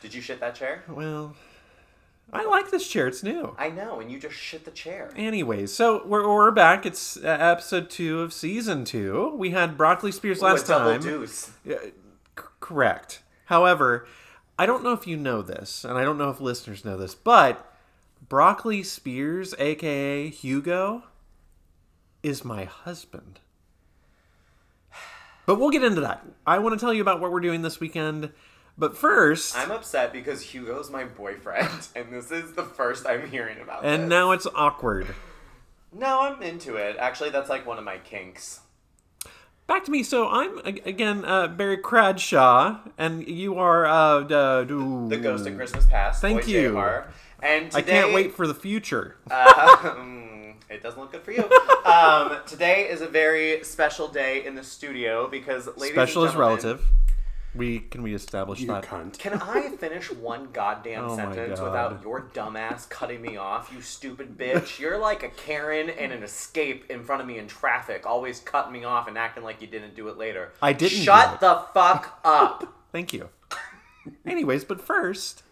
Did you shit that chair? Well, I like this chair. It's new. I know, and you just shit the chair. Anyways, so we're, we're back. It's uh, episode two of season two. We had broccoli spears Ooh, a last double time. deuce. Yeah, c- correct. However, I don't know if you know this, and I don't know if listeners know this, but Broccoli Spears, aka Hugo, is my husband. But we'll get into that. I want to tell you about what we're doing this weekend. But first, I'm upset because Hugo's my boyfriend, and this is the first I'm hearing about and this. now it's awkward. No, I'm into it. Actually, that's like one of my kinks. Back to me. So I'm ag- again uh, Barry Cradshaw, and you are uh, uh, The Ghost of Christmas Past. Thank Boy you. J.R.. And I today- uh, can't wait for the future. Um, it doesn't look good for you. Um, today is a very special day in the studio because, ladies Special and is gentlemen, relative. We can we establish You that? cunt. Can I finish one goddamn Oh my sentence God. without your dumbass cutting me off, you stupid bitch? You're like a Karen and an escape in front of me in traffic, always cutting me off and acting like you didn't do it later. I didn't Shut the fuck up. Thank you. Anyways, but first,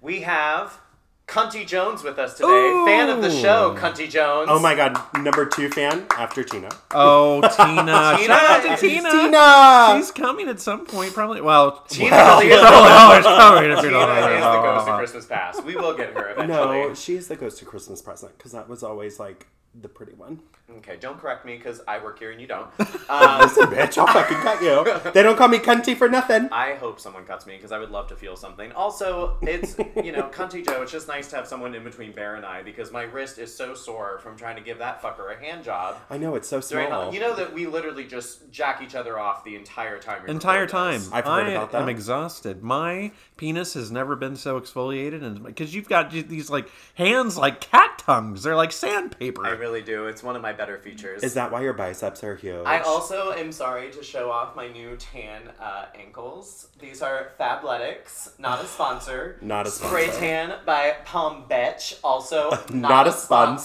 We have Cunty Jones with us today, Ooh. fan of the show, Cunty Jones. Oh my god, number two fan after Tina. oh Tina, Tina shout out is- to Tina. Tina! She's coming at some point, probably. Well, Tina well, is the- no, it's probably gonna be Tina is the ghost of another- Christmas Past. We will get her eventually. No, she's the ghost of Christmas present because that was always like the pretty one. Okay, don't correct me because I work here and you don't. Um, Listen, bitch, I'll fucking cut you. They don't call me cunty for nothing. I hope someone cuts me because I would love to feel something. Also, it's you know, Cunty Joe. It's just nice to have someone in between Bear and I because my wrist is so sore from trying to give that fucker a hand job. I know it's so During the- small. you know that we literally just jack each other off the entire time. we Entire record time, this. I've heard I about that. am exhausted. My penis has never been so exfoliated, and because you've got these like hands like cat tongues, they're like sandpaper. I really do. It's one of my better features. Is that why your biceps are huge? I also am sorry to show off my new tan uh, ankles. These are Fabletics, not a sponsor. Not a Spray sponsor. tan by Palm Betch, also not, Not a a sponsor.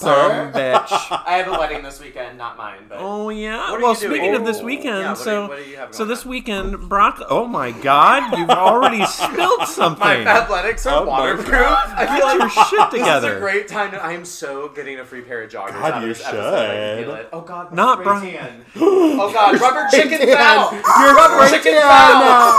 Some sponsor. bitch. I have a wedding this weekend, not mine, but Oh yeah. What are Well, you doing? speaking of this Oh. weekend, Yeah, what do you- so what do you have so going this on? weekend, broccoli. Oh my God! You've already spilled my something. athletics are Oh my waterproof. God. I feel Get your like shit This is a together. great time. To, I'm so getting a free pair of joggers. God, out of you this Episode. I can should. feel it. Oh God, my Not spray Brian. tan. Oh God, rubber chicken Tan. foul. You're rubber right, chicken Tan. foul.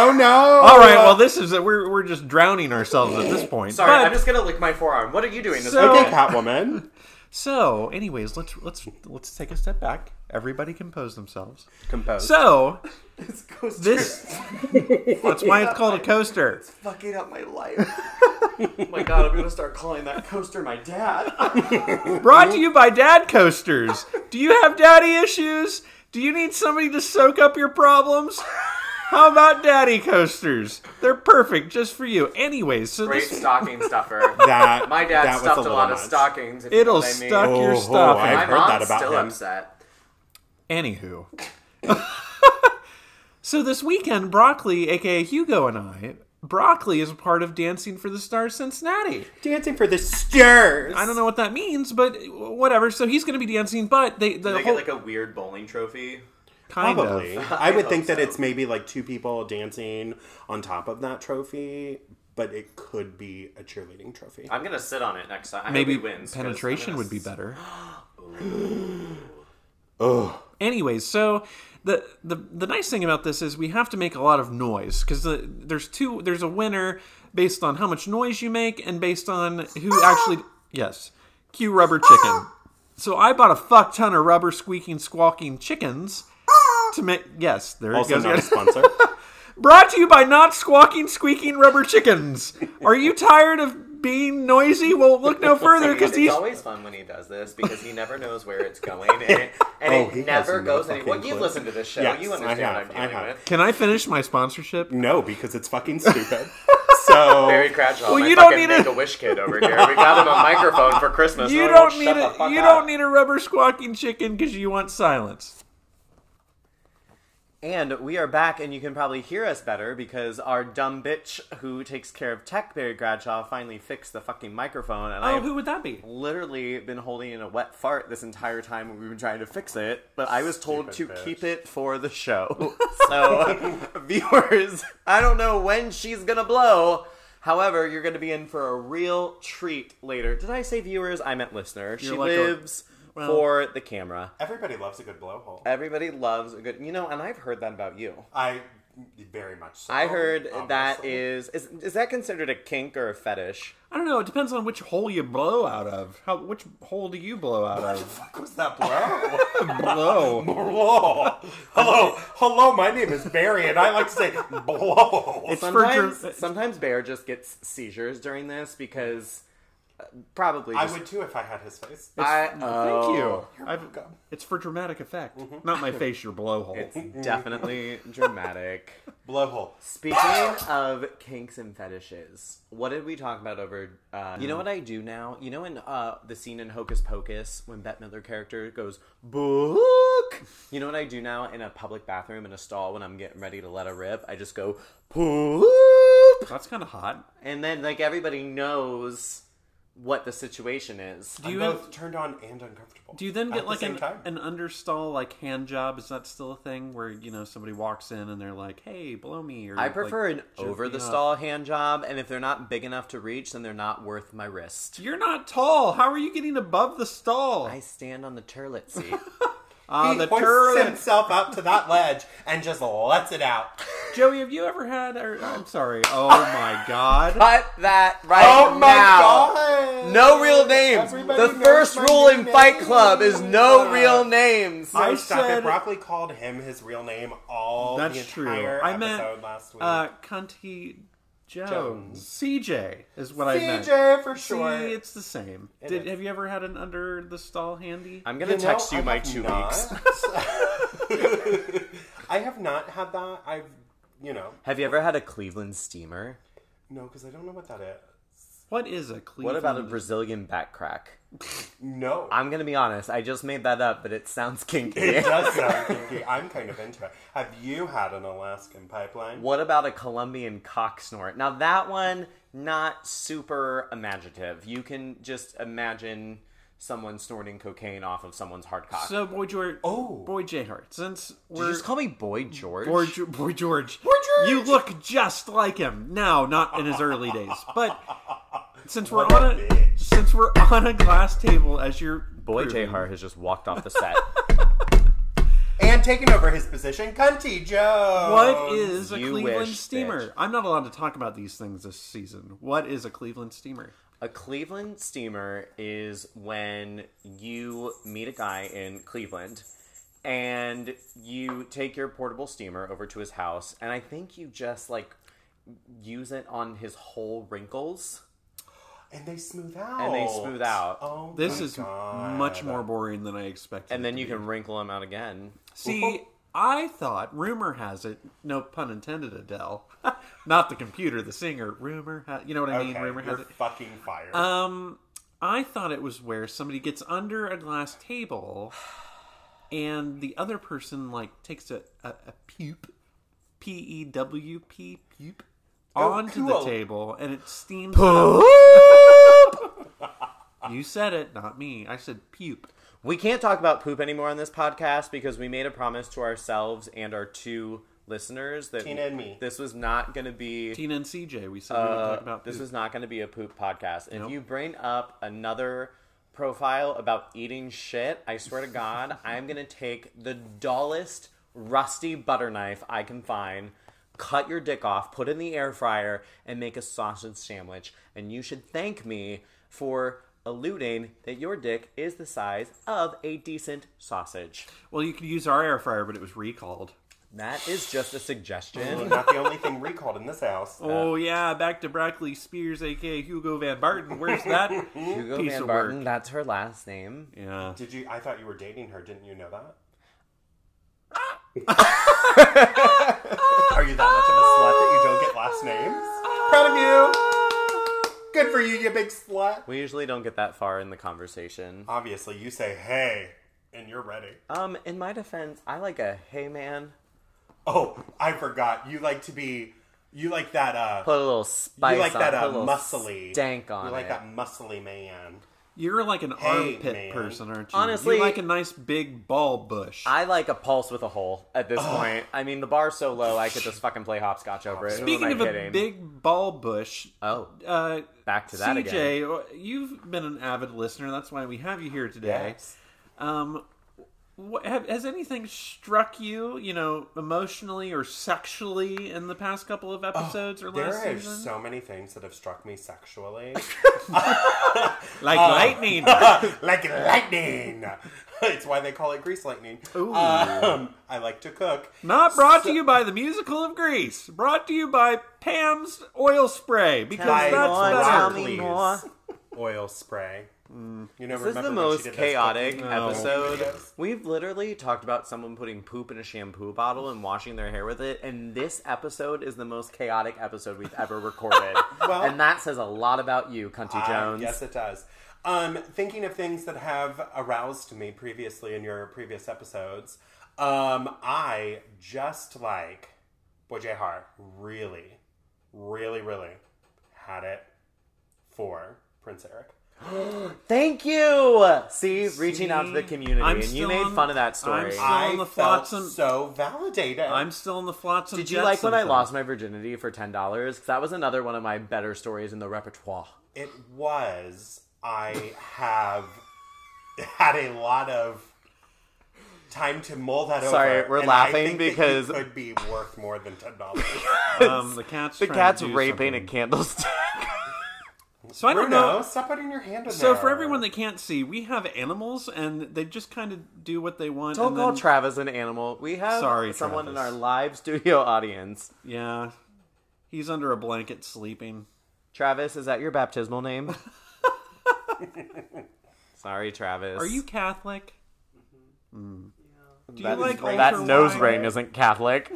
Oh no! All right. Well, this is we're we're just drowning ourselves at this point. Sorry, But- I'm just gonna lick my forearm. What are you doing? This So- okay, weekend? Catwoman. so, anyways, let's let's let's take a step back. Everybody compose themselves. Compose. So This goes this that's why it's called a coaster. fucking up my life. oh my God, I'm gonna start calling that coaster my dad. Brought to you by Dad Coasters. Do you have daddy issues? Do you need somebody to soak up your problems? How about daddy coasters? They're perfect just for you. Anyways, so Great this, stocking stuffer. that My dad that was stuffed a, little lot of much. stockings. if you know it'll what I mean. stuck your Oh, stuff. I- My I've heard that mom's about still him. upset. Anywho. so this weekend, Broccoli, aka Hugo, and I, Broccoli is a part of Dancing for the Stars Cincinnati. Dancing for the stars. I don't know what that means, but whatever. So he's going to be dancing, but they the They whole get like a weird bowling trophy. kind Probably. of. I would hope think that so. it's maybe like two people dancing on top of that trophy, but it could be a cheerleading trophy. I'm gonna sit on it next time. I hope Maybe he wins 'cause I'm penetration gonna would be s- better. Ugh. Anyways, so the, the the nice thing about this is we have to make a lot of noise because the, there's two there's a winner based on how much noise you make and based on who actually yes cue rubber chicken. So I bought a fuck ton of rubber squeaking squawking chickens to make yes there it Also goes. not a sponsor. Brought to you by not squawking squeaking rubber chickens. Are you tired of being noisy? Well, look no further because It's these always fun when he does this because he never knows where it's going and it, and Oh, it he has never no goes anywhere. fucking you've clue. listened to this show. Yes, you I understand have, what I I'm dealing have. with. Can I finish my sponsorship? no, because it's fucking stupid. So Barry Cradshaw, Well, my you don't fucking need to- Make-A-Wish kid over here. We got him a microphone for Christmas. You and don't he need won't shut a the fuck you up. don't need a rubber squawking chicken because you want silence. And we are back, and you can probably hear us better because our dumb bitch who takes care of tech, Barry Bradshaw, finally fixed the fucking microphone. And Oh, I who would that be? literally been holding in a wet fart this entire time we've been trying to fix it, but I was told Stupid to bitch. keep it for the show. So, viewers, I don't know when she's gonna blow. However, you're gonna be in for a real treat later. Did I say viewers? I meant listener. she like a- lives well- for the camera. Everybody loves a good blowhole. Uh, Everybody loves a good, you know, and I've heard that about you. I very much so. I heard that Oh, obviously. is, is is that considered a kink or a fetish? I don't know. It depends on which hole you blow out of. How which hole do you blow out What the of? fuck was that blow? blow. blow. Hello, hello. My name is Barry, and I like to say blow. It's for dr- Sometimes, sometimes Bear just gets seizures during this because uh, probably. I just- would too if I had his face. I- Thank oh, you. Mm-hmm. I've, welcome. it's for dramatic effect, not my face. Your blowhole. It's definitely dramatic. Blowhole. Speaking of kinks and fetishes, what did we talk about over? Uh, you know what I do now? You know in uh, the scene in Hocus Pocus when Bette Midler character goes book. You know what I do now in a public bathroom in a stall when I'm getting ready to let a rip? I just go poop. That's kind of hot. and then like everybody knows what the situation is. Do you I'm both turned on and uncomfortable. do you then at get the like same an, time. an understall like hand job? Is that still a thing where you know somebody walks in and they're like, "Hey, blow me"? Or I like, prefer an jerk over me the up. stall hand job, and if they're not big enough to reach, then they're not worth my wrist. You're not tall. How are you getting above the stall? I stand on the turlet seat. Ah, he the hoists turret. Uh, himself up to that ledge and just lets it out. Joey, have you ever had? Or, I'm sorry. Oh my god. Cut that right Oh my now. god! No real names. Everybody the knows first my rule new in Fight name. Uh, Club is no real names. I I stop said- it. Broccoli called him his real name all the That's entire true. episode I meant last week. uh, Conti Jones. Jones. CJ is what I meant. CJ for See, sure. it's the same. Did, is. have you ever had an under the stall handy? I'm gonna know, text you I my have two not. weeks. I have not had that. I've, you know, Have you ever had a Cleveland steamer? no, because I don't know what that is. What is a Cleveland? What about a Brazilian back crack? No. I'm gonna be honest. I just made that up, but it sounds kinky. it does sound kinky. I'm kind of into it. Have you had an Alaskan pipeline? What about a Colombian cock snort? Now that one, not super imaginative. You can just imagine someone snorting cocaine off of someone's hard cock. So boy George. Oh. boy J Hart. Since Did you we're just call me Boy George? boy, Ge- boy George, boy George! you look just like him now, not in his early days, but since we're What a on a bitch. since we're on a glass table as your Boy J Hart has just walked off the set. And taking over his position, Cunty Joe. What is a Oh, You Cleveland wish, steamer? bitch. I'm not allowed to talk about these things this season. What is a Cleveland steamer? a Cleveland steamer is when you meet a guy in Cleveland and you take your portable steamer over to his house, and I think you just like use it on his whole wrinkles. And they smooth out. And they smooth out. Oh, This my is God. much more boring than I expected. And then it you to be. can wrinkle them out again. see. I thought rumor has it, no pun intended, Adele, not the computer, the singer. Rumor, ha- you know what I mean? Okay, rumor you're has it. fucking fired. Um, I thought it was where somebody gets under a glass table, and the other person like takes a a, a puke, p e w p puke, onto cool. the table, and it steams. it up. you said it, not me. I said puke. We can't talk about poop anymore on this podcast because we made a promise to ourselves and our two listeners that Tina and me. this was not going to be Tina and CJ. We said we would talk about this poop. was not going to be a poop podcast. If you bring up another profile about eating shit, I swear to God, I'm going to take the dullest rusty butter knife I can find. Cut your dick off, put it in the air fryer, and make a sausage sandwich. And you should thank me for alluding that your dick is the size of a decent sausage. well, you could use our air fryer, but it was recalled. That is just a suggestion. Not the only thing recalled in this house. Oh yeah, back to Brackley Spears, aka Hugo Van Barton. Where's that? Hugo Piece Van of Barton, work. that's her last name. yeah. Did you? I thought you were dating her. Didn't you know that? Are you that much of a slut that you don't get last names? Proud of you. Good for you, you big slut. We usually don't get that far in the conversation. Obviously, you say hey, and you're ready. Um, in my defense, I like a hey man. Oh, I forgot. You like to be. You like that. uh Put a little spice. You like on, that put a uh, little muscly. stank on You like it. that muscly man. You're like an Hey, armpit man. person, aren't you? Honestly- you like a nice big ball bush. I like a pulse with a hole at this point. I mean, the bar's so low, I could just fucking play hopscotch over it. Who am Speaking I of a kidding? big ball bush, oh, uh, back to that CJ, again. you've been an avid listener. That's why we have you here today. Yes. Um, what, have, has anything struck you, you know, emotionally or sexually in the past couple Oh, of episodes or There last are season? so many things that have struck me sexually. like Oh. lightning. like lightning. it's why they call it grease lightning. Ooh. Um, I like to cook. Not brought to you by the musical of Grease. Brought to you by Pam's oil spray because By that's more, better. tell me Please. more. Oil spray. You know, Mm. This is the remember when she most did those chaotic cooking episode. videos? We've literally talked about someone putting poop in a shampoo bottle and washing their hair with it, and this episode is the most chaotic episode we've ever recorded. Well- and that says a lot about you, Cunty I- Jones. yes, it does. Um, thinking of things that have aroused me previously in your previous episodes, um, I just like Boy J. Har really, really, really had it for Prince Eric. Thank you. See, reaching out to the community, I'm and you still made on- fun of that I'm story. still- I on the felt flotsam- so validated. I'm still in the flotsam. Did you jetsam like when I thing. lost my virginity for ten dollars? That was another one of my better stories in the repertoire. It was. I have had a lot of time to mull that over. Sorry, we're and I laughing think that you because- could be worth more than ten dollars. Um, the cat's The trying to cat's do raping a something. candlestick. So I don't Bruno, know. stop putting your hand in So there. for everyone that can't see, we have animals, and they just kind of do what they want. Don't and call then- Travis an animal. We have Sorry, someone in our Travis. live studio audience. Yeah, he's under a blanket sleeping. Travis, is that your baptismal name? Sorry, Travis. Are you Catholic? Mm. Do you That, like that ultra nose wide? ring isn't Catholic.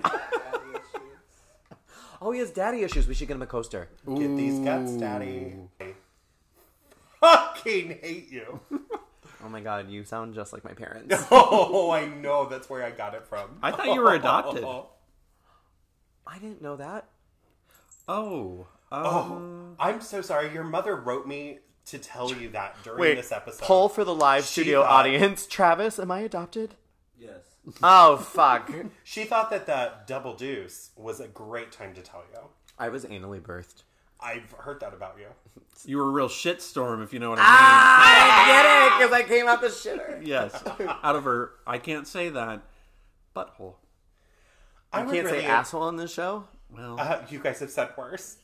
oh, he has daddy issues. We should get him a coaster. get these guts, Daddy. I fucking hate you. Oh my god, you sound just like my parents. Oh, I know. That's where I got it from. I thought you were adopted. I didn't know that. Oh, Oh, I'm so sorry. Your mother wrote me to tell you that during this episode. poll for the live She studio thought- audience. Travis, am I adopted? Yes. Oh fuck! She thought that the double deuce was a great time to tell you. I was anally birthed. I've heard that about you. you were a real shitstorm, if you know what I mean. Ah! I didn't get it because I came out the shitter. Yes, out of her. I can't say that. Butthole. I You would can't say really- asshole on this show. Well, Uh, you guys have said worse.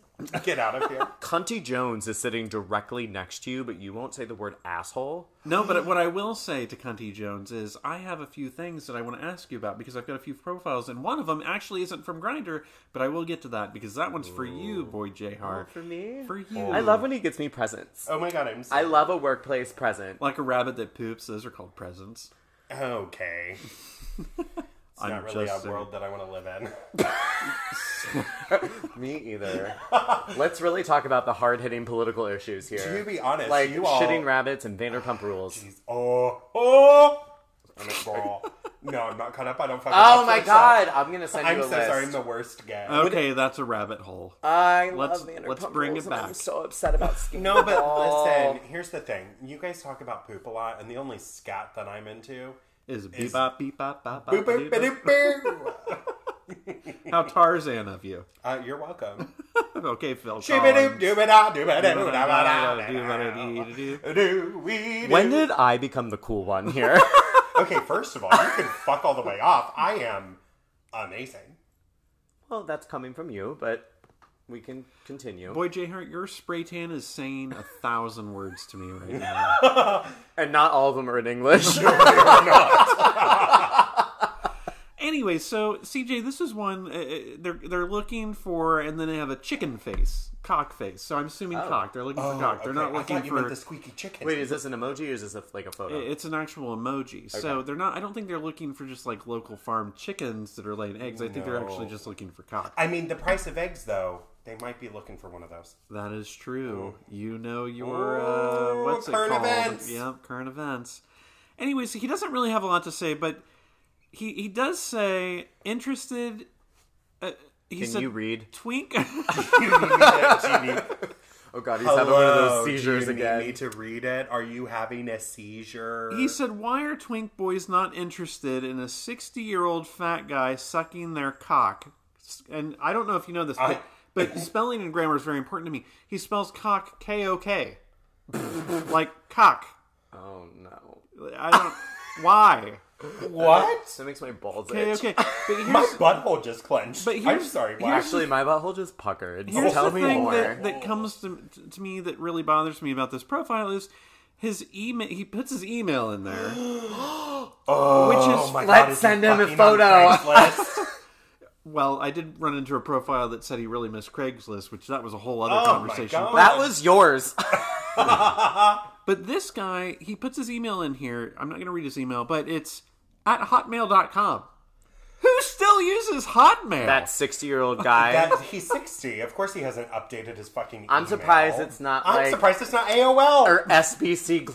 Get out of here. Cunty Jones is sitting directly next to you, but you won't say the word asshole. no, but what I will say to Cunty Jones is I have a few things that I want to ask you about because I've got a few profiles, and one of them actually isn't from Grinder, but I will get to that because that one's for you, boy J Hart. For me? For you. I love when he gets me presents. Oh my god, I'm so I love a workplace present. Like a rabbit that poops, those are called presents. okay. It's I'm not really just a a- world that I want to live in. Me either. Let's really talk about the hard hitting political issues here. To be honest, like you all- shitting rabbits and Vanderpump rules. Jeez. Oh, oh. I'm a girl. No, I'm not caught up. I don't fucking. Oh watch my that stuff. god, I'm gonna send you I'm a so list. sorry. I'm the worst gay. Okay, that's a rabbit hole. I Let's- love Vanderpump let's bring rules it and back. I'm so upset about skin. No, but listen. Here's the thing. You guys talk about poop a lot, and the only scat that I'm into. Is beep is- bop beep bop bop bop. Boop, doo, boop, boop, boop. doo. How Tarzan of you. Uh, you're welcome. Okay, Phil. Collins. When When did I become the cool one here? Okay, first of all, you can fuck all the way off. I am amazing. well, that's coming from you, but we can continue. Boy J Hart, your spray tan is saying a thousand words to me right now. And not all of them are in English. Anyway, so CJ, this is one uh, uh, they're they're looking for, and then they have a chicken face, cock face. So I'm assuming cock. They're looking for cock. They're Oh, Okay, not I looking thought you for. meant the squeaky chicken. Wait, is this an emoji or is this a, like a photo? It's an actual emoji, so they're not. I don't think they're looking for just like local farm chickens that are laying eggs. I think they're actually just looking for cock. I mean, the price of eggs, though, they might be looking for one of those. That is true. You know your uh, what's it Oh. current called? events. Yep, current events. Anyways, he doesn't really have a lot to say, but he he does say interested Uh, he's Can a you read? twink. Oh god, he's having Hello, one of those do you seizures need again. me to read it? Are you having a seizure? he said, "Why are twink boys not interested in a sixty-year-old fat guy sucking their cock?" And I don't know if you know this, but, I- but spelling and grammar is very important to me. He spells cock k o k, like cock. Oh no, I don't. Why? what? that makes my balls Okay, itch. okay. But here's, My butthole just clenched. But I'm here's- sorry. Why? here's- Actually, my butthole just puckered. here's Tell the me thing more. that, that comes to, to me that really bothers me about this profile is his email. He puts his email in there, which is Oh my God, Let's is he send him a fucking on photo. Craigslist? well. I did run into a profile that said he really missed Craigslist, which that was a whole other Oh my conversation. God. that was yours. But this guy, he puts his email in here. I'm not going to read his email, but it's at hotmail.com. Who still uses Hotmail? that sixty-year-old guy. that, he's 60. Of course he hasn't updated his fucking I'm email. surprised it's not I'm like- surprised it's not AOL. or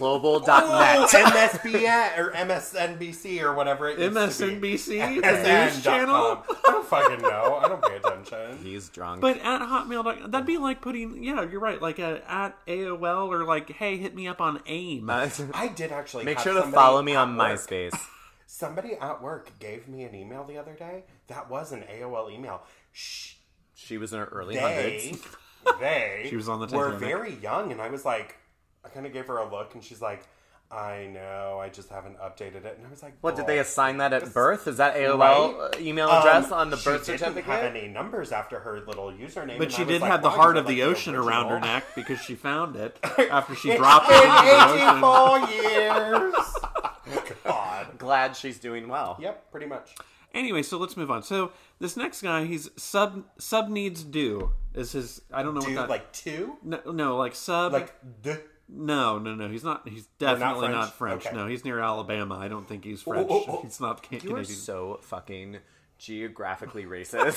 Oh, SBCglobal.net. MSBN or MSNBC or whatever it used to be. MSNBC, the SN.com. news channel. I don't fucking know. I don't pay attention. He's drunk. But at hotmail.com, that'd be like putting, yeah, you're right, like at, at AOL or like, hey, hit me up on AIM. I did actually Make have sure to somebody follow me at on work- MySpace. Somebody at work gave me an email the other day. That was an AOL email. Shh. She was in her early They, hundreds. they She was on the were Titanic. very young, and I was like, I kind of gave her a look, and she's like, I know, I just haven't updated it. And I was like, What did they "Bull." assign that at birth? Is that Oh. Right? AOL email address Um, on the she birth didn't certificate? have any numbers after her little username. But and she I was did like, have the why heart is of it, like, the ocean around her original? neck because she found it after she dropped it into the ocean. It's been 84 years. God. Glad she's doing well. Yep, pretty much. Anyway, so let's move on. So this next guy, he's sub sub needs do is his. I don't know Dude, what that. like two? no, no, like sub. Like, duh. no, no, no. He's not. He's definitely French? not French. Okay. No, he's near Alabama. I don't think he's French. oh, oh. He's not Can- You are Canadian. so fucking geographically racist.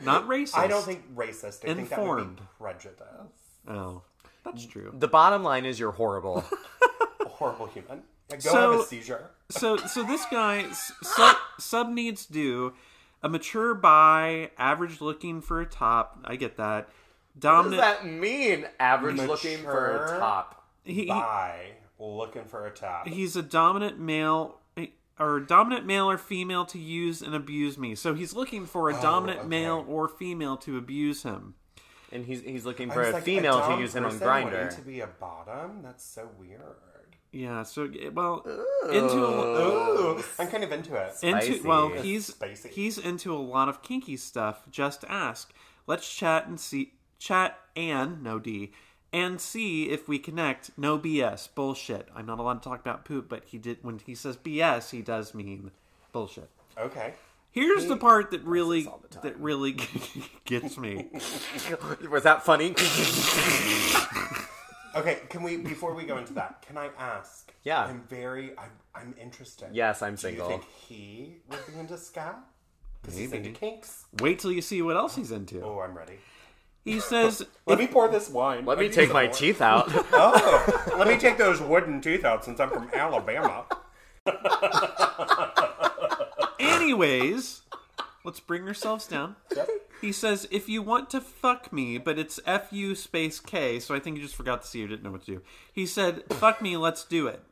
Not racist. I don't think racist. I think that would be Informed. prejudice. Oh, that's Mm. true. the bottom line is you're horrible. A horrible human. Go have So- a seizure. so so this guy s- sub, sub needs do a mature by average looking for a top i get that What does dominant that mean? Average looking for a Mature. top. he, he- Bye. Looking for a top. he's a dominant male or dominant male or female to use and abuse me so he's looking for a dominant male or female to abuse him And he's he's looking I for was a like, female to dumb use him on person Grinder. wanting to be a bottom? That's so weird. yeah so well into a, Ooh, I'm kind of into it. into Spicy. well he's Spicy. he's into a lot of kinky stuff just ask let's chat and see chat and no d and see if we connect no bs bullshit i'm not allowed to talk about poop but he did when he says bs he does mean bullshit Okay. here's the part that really that really gets me Was that funny? Okay, can we before we go into that, can I ask? Yeah. I'm very I'm I'm interested. Yes, I'm Do you single. think he would be into ska? Because he's into kinks. wait till you see what else he's into Oh, I'm ready. he says Let me pour this wine. Let I me need take some my more. teeth out. Oh, let me take those wooden teeth out since I'm from Alabama. anyways let's bring ourselves down He says, if you want to fuck me, but it's F U space K, so I think he just forgot the C or didn't know what to do. He said, fuck me, let's do it.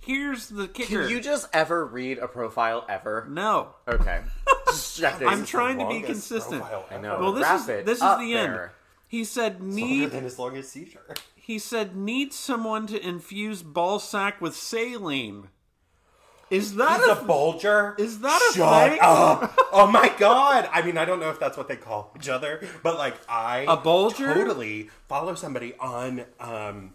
Here's the kicker. Can you just ever read a profile ever? no. Okay. Just checking. I'm trying to be longest consistent. profile I ever. know. Well, this Wrap is it this is up the end. there. He said Longer need than as long as seizure. he said need someone to infuse ball sack with saline. Is that He's a a bulger. is that a Shut thing? up! Oh my god! I mean, I don't know if that's what they call each other, but like I A bulger? totally follow somebody on um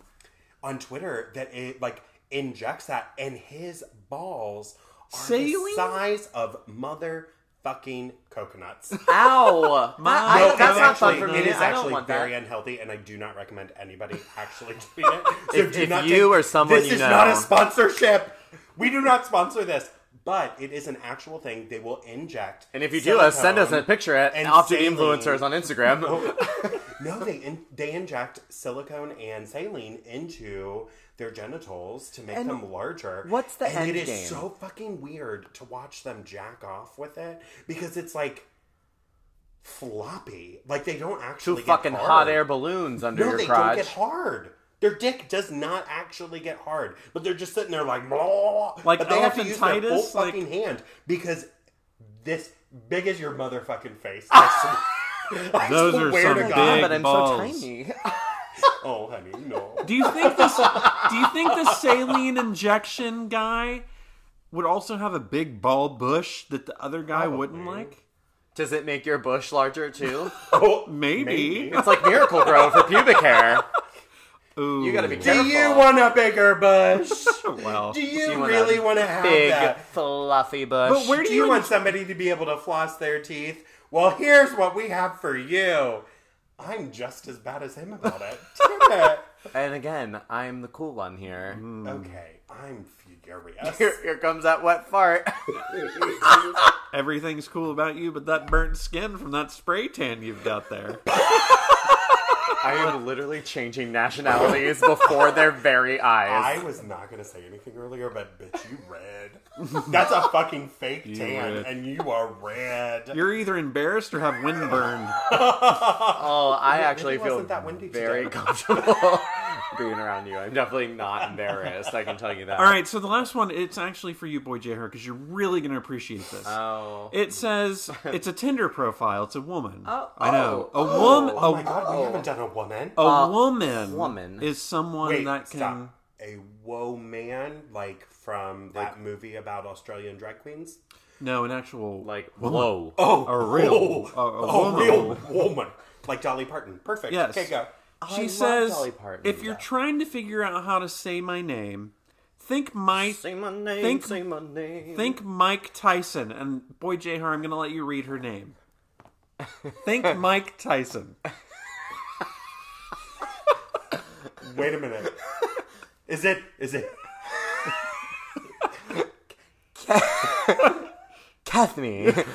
on Twitter that it like injects that, and his balls are the Saline? size of motherfucking coconuts. Ow! I- No, that's not fun actually, for me. It is I don't actually want very that. unhealthy, and I do not recommend anybody actually doing it. So If- do if not you take- or someone this you is know- not a sponsorship. We do not sponsor this. but it is an actual thing. They will inject. And if you do us, send us a silicone picture at and off to saline. influencers on Instagram. No, they in, they inject silicone and saline into their genitals to make And them larger. what's the and end It game? is so fucking weird to watch them jack off with it because it's like floppy. Like they don't Two actually get fucking hard. hot air balloons under No, your they crotch. don't get hard. Their dick does not actually get hard, but they're just sitting there like blah. Like but they have to use their elephantitis? full Like- fucking hand because this big as your motherfucking face. I swear- I Those are swear to some God. big but I'm balls. so tiny. Oh, honey, no. Do you think this? do you think the saline injection guy would also have a big bald bush that the other guy wouldn't like? Does it make your bush larger too? Oh, Maybe. It's like Miracle Grow for pubic hair. Ooh. Oh, You gotta be careful. Do you want a bigger bush? well. Do you, you want really a want to have big that? fluffy bush? But where Do do you you? want somebody to be able to floss their teeth? Well, here's what we have for you. I'm just as bad as him about it. Damn it. and again, I'm the cool one here. Mm. Okay, I'm furious. Here, here comes that wet fart. everything's cool about you, but that burnt skin from that spray tan you've got there. I am literally changing nationalities before their very eyes. I was not gonna say anything earlier, but bitch, you red. That's a fucking fake tan, red. and you are red. You're either embarrassed or have windburn. oh, I actually wasn't feel that windy very today. comfortable being around you. I'm definitely not embarrassed. I can tell you that. All right, so the last one, it's actually for you, Boy J. Her, because you're really going to appreciate this. Oh. It says it's a Tinder profile. It's a woman. Oh, I know. oh, a woman. oh my god, we haven't done a woman. a, Uh, woman. woman. is someone Wait, that can. stop. A woe man, like from that movie about Australian drag queens. No, an actual Like, woman. whoa. Oh, A real- oh, a- a a woman. real woman, like Dolly Parton. Perfect. Yes. Okay, go. Oh, She love says, Dolly Parton, if you're though. trying to figure out how to say my name, think my Say my name, Think- say my name. Think Mike Tyson, and boy, Jhar, I'm gonna let you read her name. Think Mike Tyson. Wait a minute. Is it? Is it? Kethme.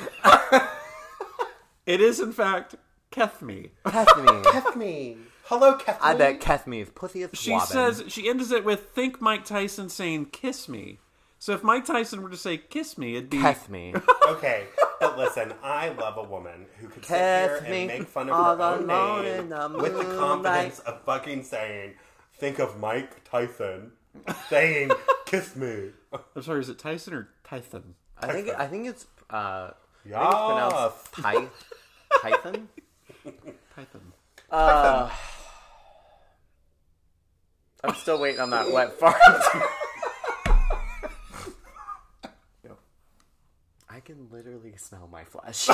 It is in fact Kethme. Kethme. Kethme. Hello, Kethme. I bet Kethme is pussy as She swabbin. says she ends it with "Think Mike Tyson saying kiss me." So if Mike Tyson were to say kiss me, it'd be Kethme. Okay, but listen, I love a woman who could sit Kiss here me and make fun all of her own alone in name the with the confidence of fucking saying, "Think of Mike Tyson saying, kiss me." I'm sorry, is it Tyson or Tyson? I think I think it's uh Yeah, I think it's pronounced Ty- Python. Python. Uh, I'm still waiting on that wet fart. I can literally smell my flesh.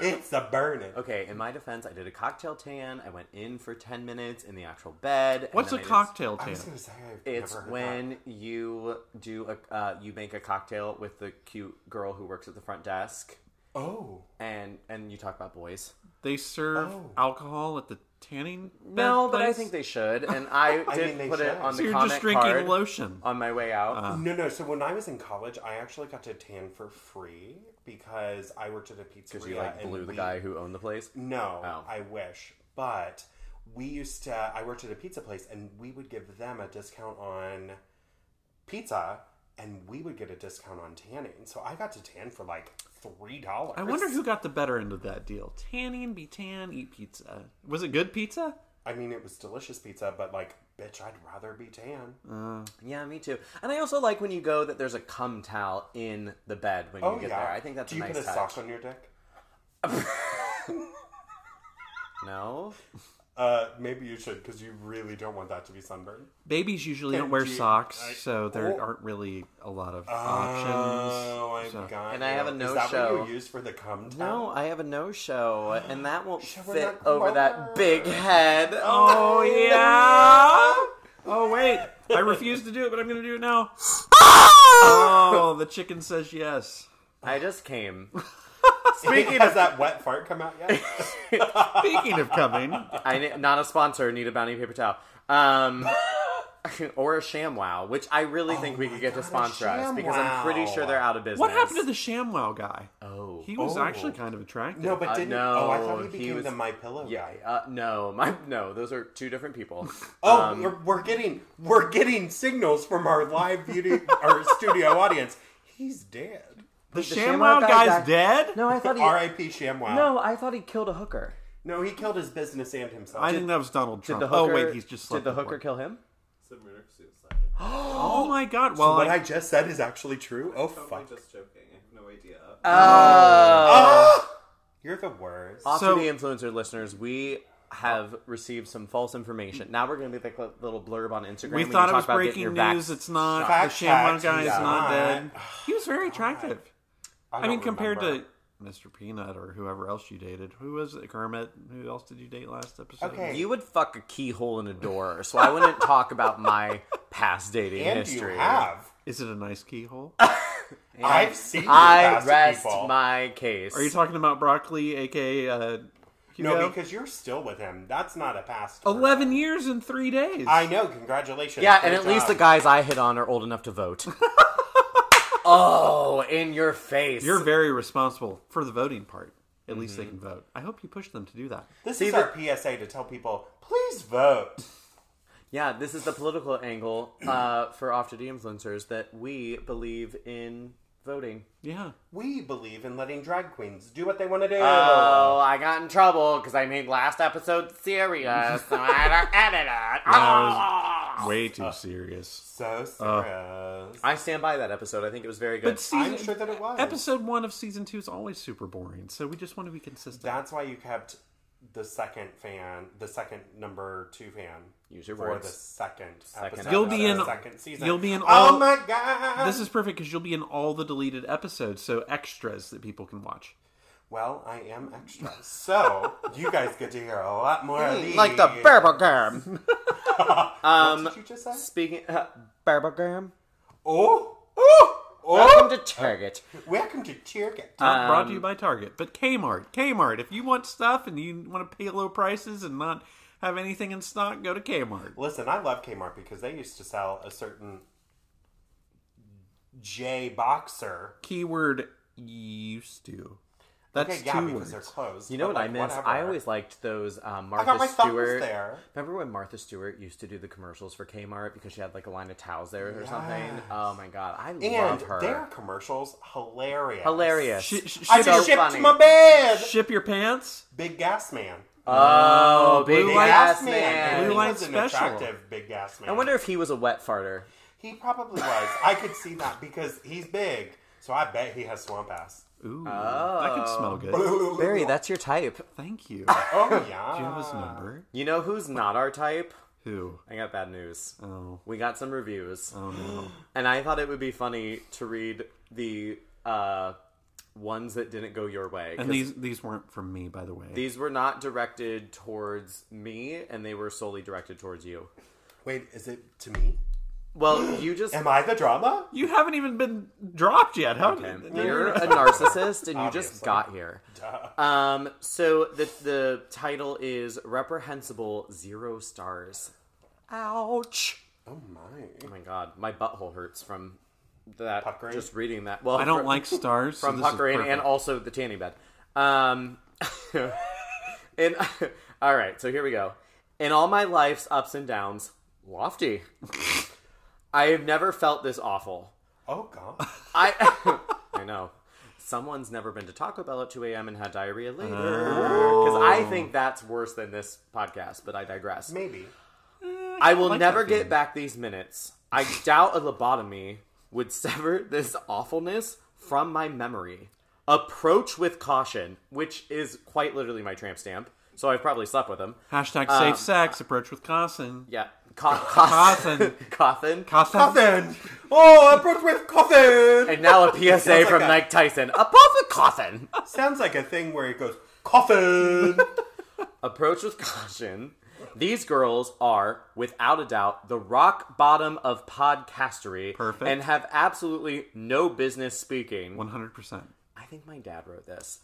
it's a burning. okay, in my defense, I did a cocktail tan. I went in for 10 minutes in the actual bed. and What's then I a just- cocktail I tan? was gonna say I've It's never heard when you do a uh, you make a cocktail with the cute girl who works at the front desk, that. Oh, and and you talk about boys. They serve Oh. alcohol at the tanning. No, bed but I place? think they should, and I I did mean, they put should. Uh, it on the So So you're comment just drinking card Uh, lotion. on my way out. No, no. So when I was in college, I actually got to tan for free because I worked at a pizzeria. Because you like and blew the we- Mm. guy who owned the place. No, Oh. I wish. But we used to. I worked at a pizza place, and we would give them a discount on pizza, and we would get a discount on tanning. So I got to tan for like three dollars. I wonder who got the better end of that deal. Tanning, be tan, eat pizza. Was it good pizza? I mean, it was delicious pizza, but like, bitch, I'd rather be tan. Mm, Yeah, me too. And I also like when you go that there's a cum towel in the bed when oh you get yeah, there. I think that's a Do you nice put a touch. sock on your dick? No, Uh, maybe you should, because you really don't want that to be sunburned. Babies usually don't Can wear you- socks, I- so there Oh. aren't really a lot of Oh, options. I've So- got Um, And I have a you. Is that no-show. what you use for the cum no, towel? I have a no Um, show, and that won't we're fit not over that close. big head. Oh yeah. Oh wait, I refuse to do it, but I'm going to do it now. Oh, the chicken says yes. I just came. Speaking has that wet fart come out yet? Speaking of coming, I ne- not a sponsor. Need a bounty paper towel. Um, or a ShamWow, which I really think we could get to sponsor us because I'm pretty sure they're out of business. What happened to the ShamWow guy? Oh. He was Oh. actually kind of attractive. No, but didn't. Uh, no, oh, I thought he he became was- the My Pillow Yeah. guy. Uh, no, my no. Those are two different people. Oh, um, we're, we're getting we're getting signals from our live beauty our studio audience. He's dead. the, ShamWow ShamWow, guy guy's died- dead. no, I thought he. R.I.P. Shamwow. No, I thought he killed a hooker. no, he killed his business and himself. I think that was Donald Did Trump. the hooker? oh wait, he's just Did slept the with hooker one. kill him? Submeric suicide. Oh my god! Well, what I, I just said is actually true. Oh Probably fuck! just joking. I have no idea. Oh. Ah! You're the worst. Off So- to the influencer listeners, we have received some false information. Now we're going to be like a little blurb on Instagram. we when you thought talk it was about getting breaking your news. vax- It's not. Fact the ShamWow check, guy is he's not not. dead. He was very attractive. I, mean, don't compared remember. to Mr. Peanut or whoever else you dated. Who was it? Kermit? Who else did you date last episode? Okay. You would fuck a keyhole in a door, so I wouldn't talk about my past dating and history. you have. Is it a nice keyhole? I've seen. you I past rest people. my case. Are you talking about broccoli, aka uh, Hugo? No, because you're still with him. That's not a past. person. eleven years and three days. I know. Congratulations. yeah, and Great at least the job. guys I hit on are old enough to vote. oh, in your face. You're very responsible for the voting part. At least they Mm-hmm. can vote. I hope you push them to do that. This See is the- our PSA to tell people: please vote. Yeah, this is the political angle uh, for off to the influencers that we believe in voting. Yeah. We believe in letting drag queens do what they want to do. Oh, I got in trouble because I made last episode serious, so I had to edit it. Ah! That Way too serious. so serious. I stand by that episode. I think it was very good. But I'm season, sure that it was. episode one of season two is always super boring, so we just want to be consistent. That's why you kept the second fan, the second number two fan. Use your for words. the second, episode. You'll be of the in- second season. you'll be in oh all- my god! this is perfect because you'll be in all the deleted episodes, so extras that people can watch. Well, I am extra, so you guys get to hear a lot more of these. like the Burblegum. Um, what did you just say? Speaking uh, Burblegum, Oh, oh, welcome oh! to Target. Welcome to Target. Not brought to you by Target, but Kmart. Kmart. If you want stuff and you want to pay low prices and not have anything in stock, go to Kmart. Listen, I love Kmart because they used to sell a certain J boxer. Keyword used to. That's Okay, yeah, two because they're words. closed. You know but, what I like, miss? whatever. I always liked those um, Martha got my thumbs Stewart. there. Remember when Martha Stewart used to do the commercials for Kmart because she had like a line of towels there or something? Oh my god, I and love her. their commercials hilarious. Hilarious. Sh- sh- I ship- so just shipped funny. my bed. ship your pants. Big gas man. oh, big Blue Light ass Man. man. Blue He Light was an Special. attractive big gas man. I wonder if he was a wet farter. He probably was. I could see that because he's big. So I bet he has swamp ass. Ooh, that could smell good. oh Barry, that's your type. Thank you. Do you have yeah. his number? You know who's not our type? Who? I got bad news. Oh, We got some reviews. oh no. And I thought it would be funny to read the uh, ones that didn't go your way. 'cause And these these weren't from me, by the way. these were not directed towards me, and they were solely directed towards you. Wait, is it to me? Well, you just. Am I the drama? you haven't even been dropped yet, have Okay. you? You're a narcissist, and you just Obviously. got here. Um, so the the title is reprehensible zero stars. Ouch! Oh my. Oh my god, my butthole hurts from that. Puckering? Just reading that. Well, I don't from, like stars. from so this is puckering and perfect. also the tanning bed. Um, in all right, so here we go. In all my life's ups and downs, lofty. I have never felt this awful. Oh god. I I know. Someone's never been to Taco Bell at 2 a.m. and had diarrhea later. Oh. Because I think that's worse than this podcast, but I digress. Maybe. I will like never that get feeling. back these minutes. I doubt a lobotomy would sever this awfulness from my memory. Approach with caution, which is quite literally my tramp stamp. So I've probably slept with him. hashtag safe sex. Approach with caution. Um, Yeah. Co- coffin. Coffin. coffin. Caution. Coffin! Oh, I broke with coffin! And now a PSA like from a- Mike Tyson. Above the coffin. Sounds like a thing where it goes, coffin! Approach with caution. These girls are, without a doubt, the rock bottom of podcastery. Perfect. And have absolutely no business speaking. One hundred percent. I think my dad wrote this.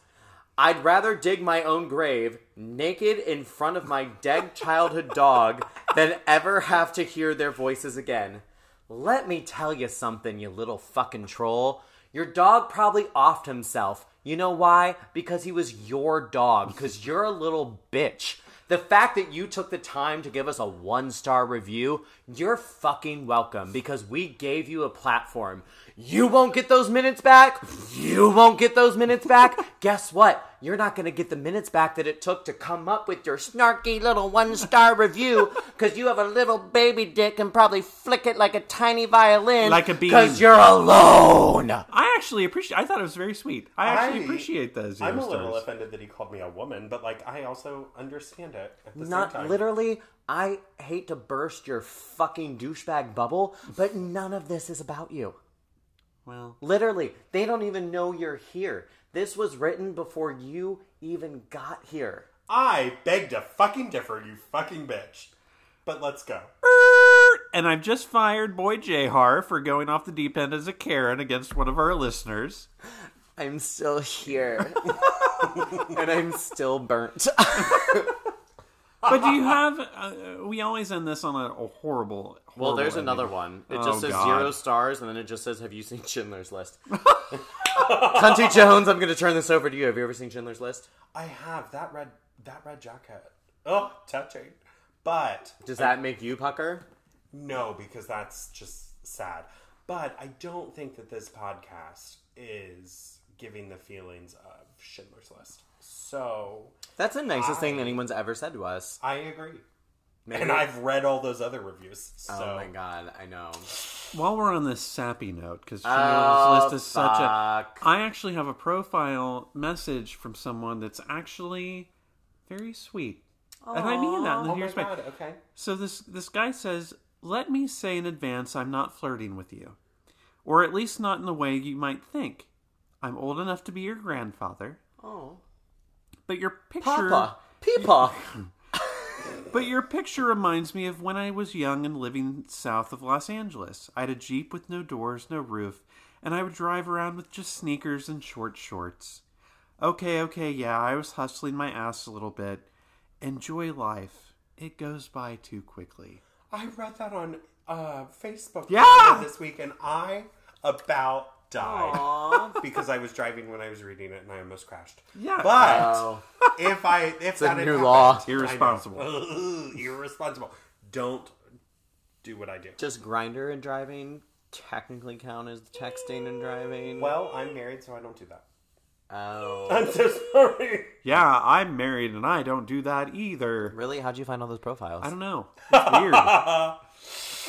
I'd rather dig my own grave naked in front of my dead childhood dog than ever have to hear their voices again. Let me tell you something, you little fucking troll. Your dog probably offed himself. You know why? Because he was your dog, because you're a little bitch. The fact that you took the time to give us a one star review, you're fucking welcome because we gave you a platform. You won't get those minutes back. You won't get those minutes back. Guess what? You're not going to get the minutes back that it took to come up with your snarky little one star review because you have a little baby dick and probably flick it like a tiny violin. Like a bean. Because you're alone. I actually appreciate. I thought it was very sweet. I actually I- appreciate those. I'm zero a little stars. offended that he called me a woman, but like I also understand it. At the Not same time. literally. I hate to burst your fucking douchebag bubble, but none of this is about you. Well, Literally, they don't even know you're here. This was written before you even got here. I beg to fucking differ, you fucking bitch. But let's go. and I've just fired Boy Jhar for going off the deep end as a Karen against one of our listeners. I'm still here. and I'm still burnt. But do you have? Uh, we always end this on a, a horrible. well, there's horrible another ending. one. It Oh, just says God. zero stars, and then it just says, Have you seen Schindler's List? Cunty Jones, I'm going to turn this over to you. Have you ever seen Schindler's List? I have that red that red jacket. Oh, touching. But Does that make you pucker? no, because that's just sad. But I don't think that this podcast is giving the feelings of Schindler's List. So That's the nicest thing anyone's ever said to us. I agree. Maybe- And I've read all those other reviews. So Oh my god, I know. While we're on this sappy note, because Oh, Schindler's List is such a. fuck. I actually have a profile message from someone that's actually very sweet, and I mean that. And Oh my here's my. god, okay. So this this guy says, "Let me say in advance I'm not flirting with you, or at least not in the way you might think. I'm old enough to be your grandfather, Oh. but your picture Papa. Peepaw. but your picture reminds me of when I was young and living south of Los Angeles. I had a Jeep with no doors, no roof, and I would drive around with just sneakers and short shorts. Okay, okay, yeah, I was hustling my ass a little bit. Enjoy life. It goes by too quickly." I read that on uh, Facebook Yeah! earlier this week, and I about died because I was driving when I was reading it, and I almost crashed. Yeah. but Oh. if I if a that had new law. happened- Irresponsible. I know. irresponsible. Don't do what I do. Just grinder and driving technically count as texting and driving. Well, I'm married, so I don't do that. Oh. uh, I'm so sorry. Yeah, I'm married and I don't do that either. Really? How'd you find all those profiles? I don't know. It's weird.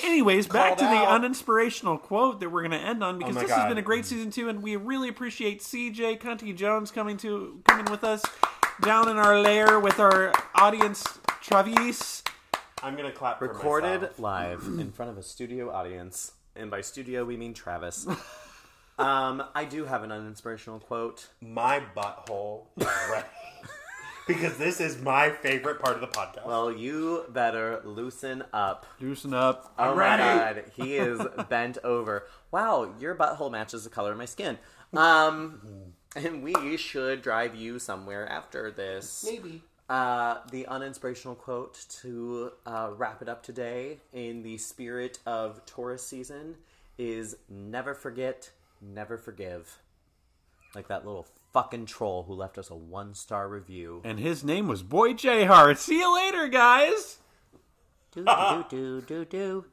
Anyways, back Called to the out. Oh uninspirational quote that we're going to end on because my this has God. been a great season two, and we really appreciate CJ Cunty Jones coming to coming with us down in our lair with our audience, Travis. I'm gonna clap. for Recorded myself. live in front of a studio audience. And by studio, we mean Travis. um, I do have an uninspirational quote. my butthole, right? because this is my favorite part of the podcast. Well, you better loosen up. Loosen up. Oh I'm my ready. god, he is bent over. Wow, your butthole matches the color of my skin. Um, and we should drive you somewhere after this. Maybe. Uh, the uninspirational quote to uh, wrap it up today in the spirit of Taurus season is never forget, never forgive. Like that little fucking troll who left us a one star review. And his name was Boy J Hart. See you later, guys. do, do, do, do, do.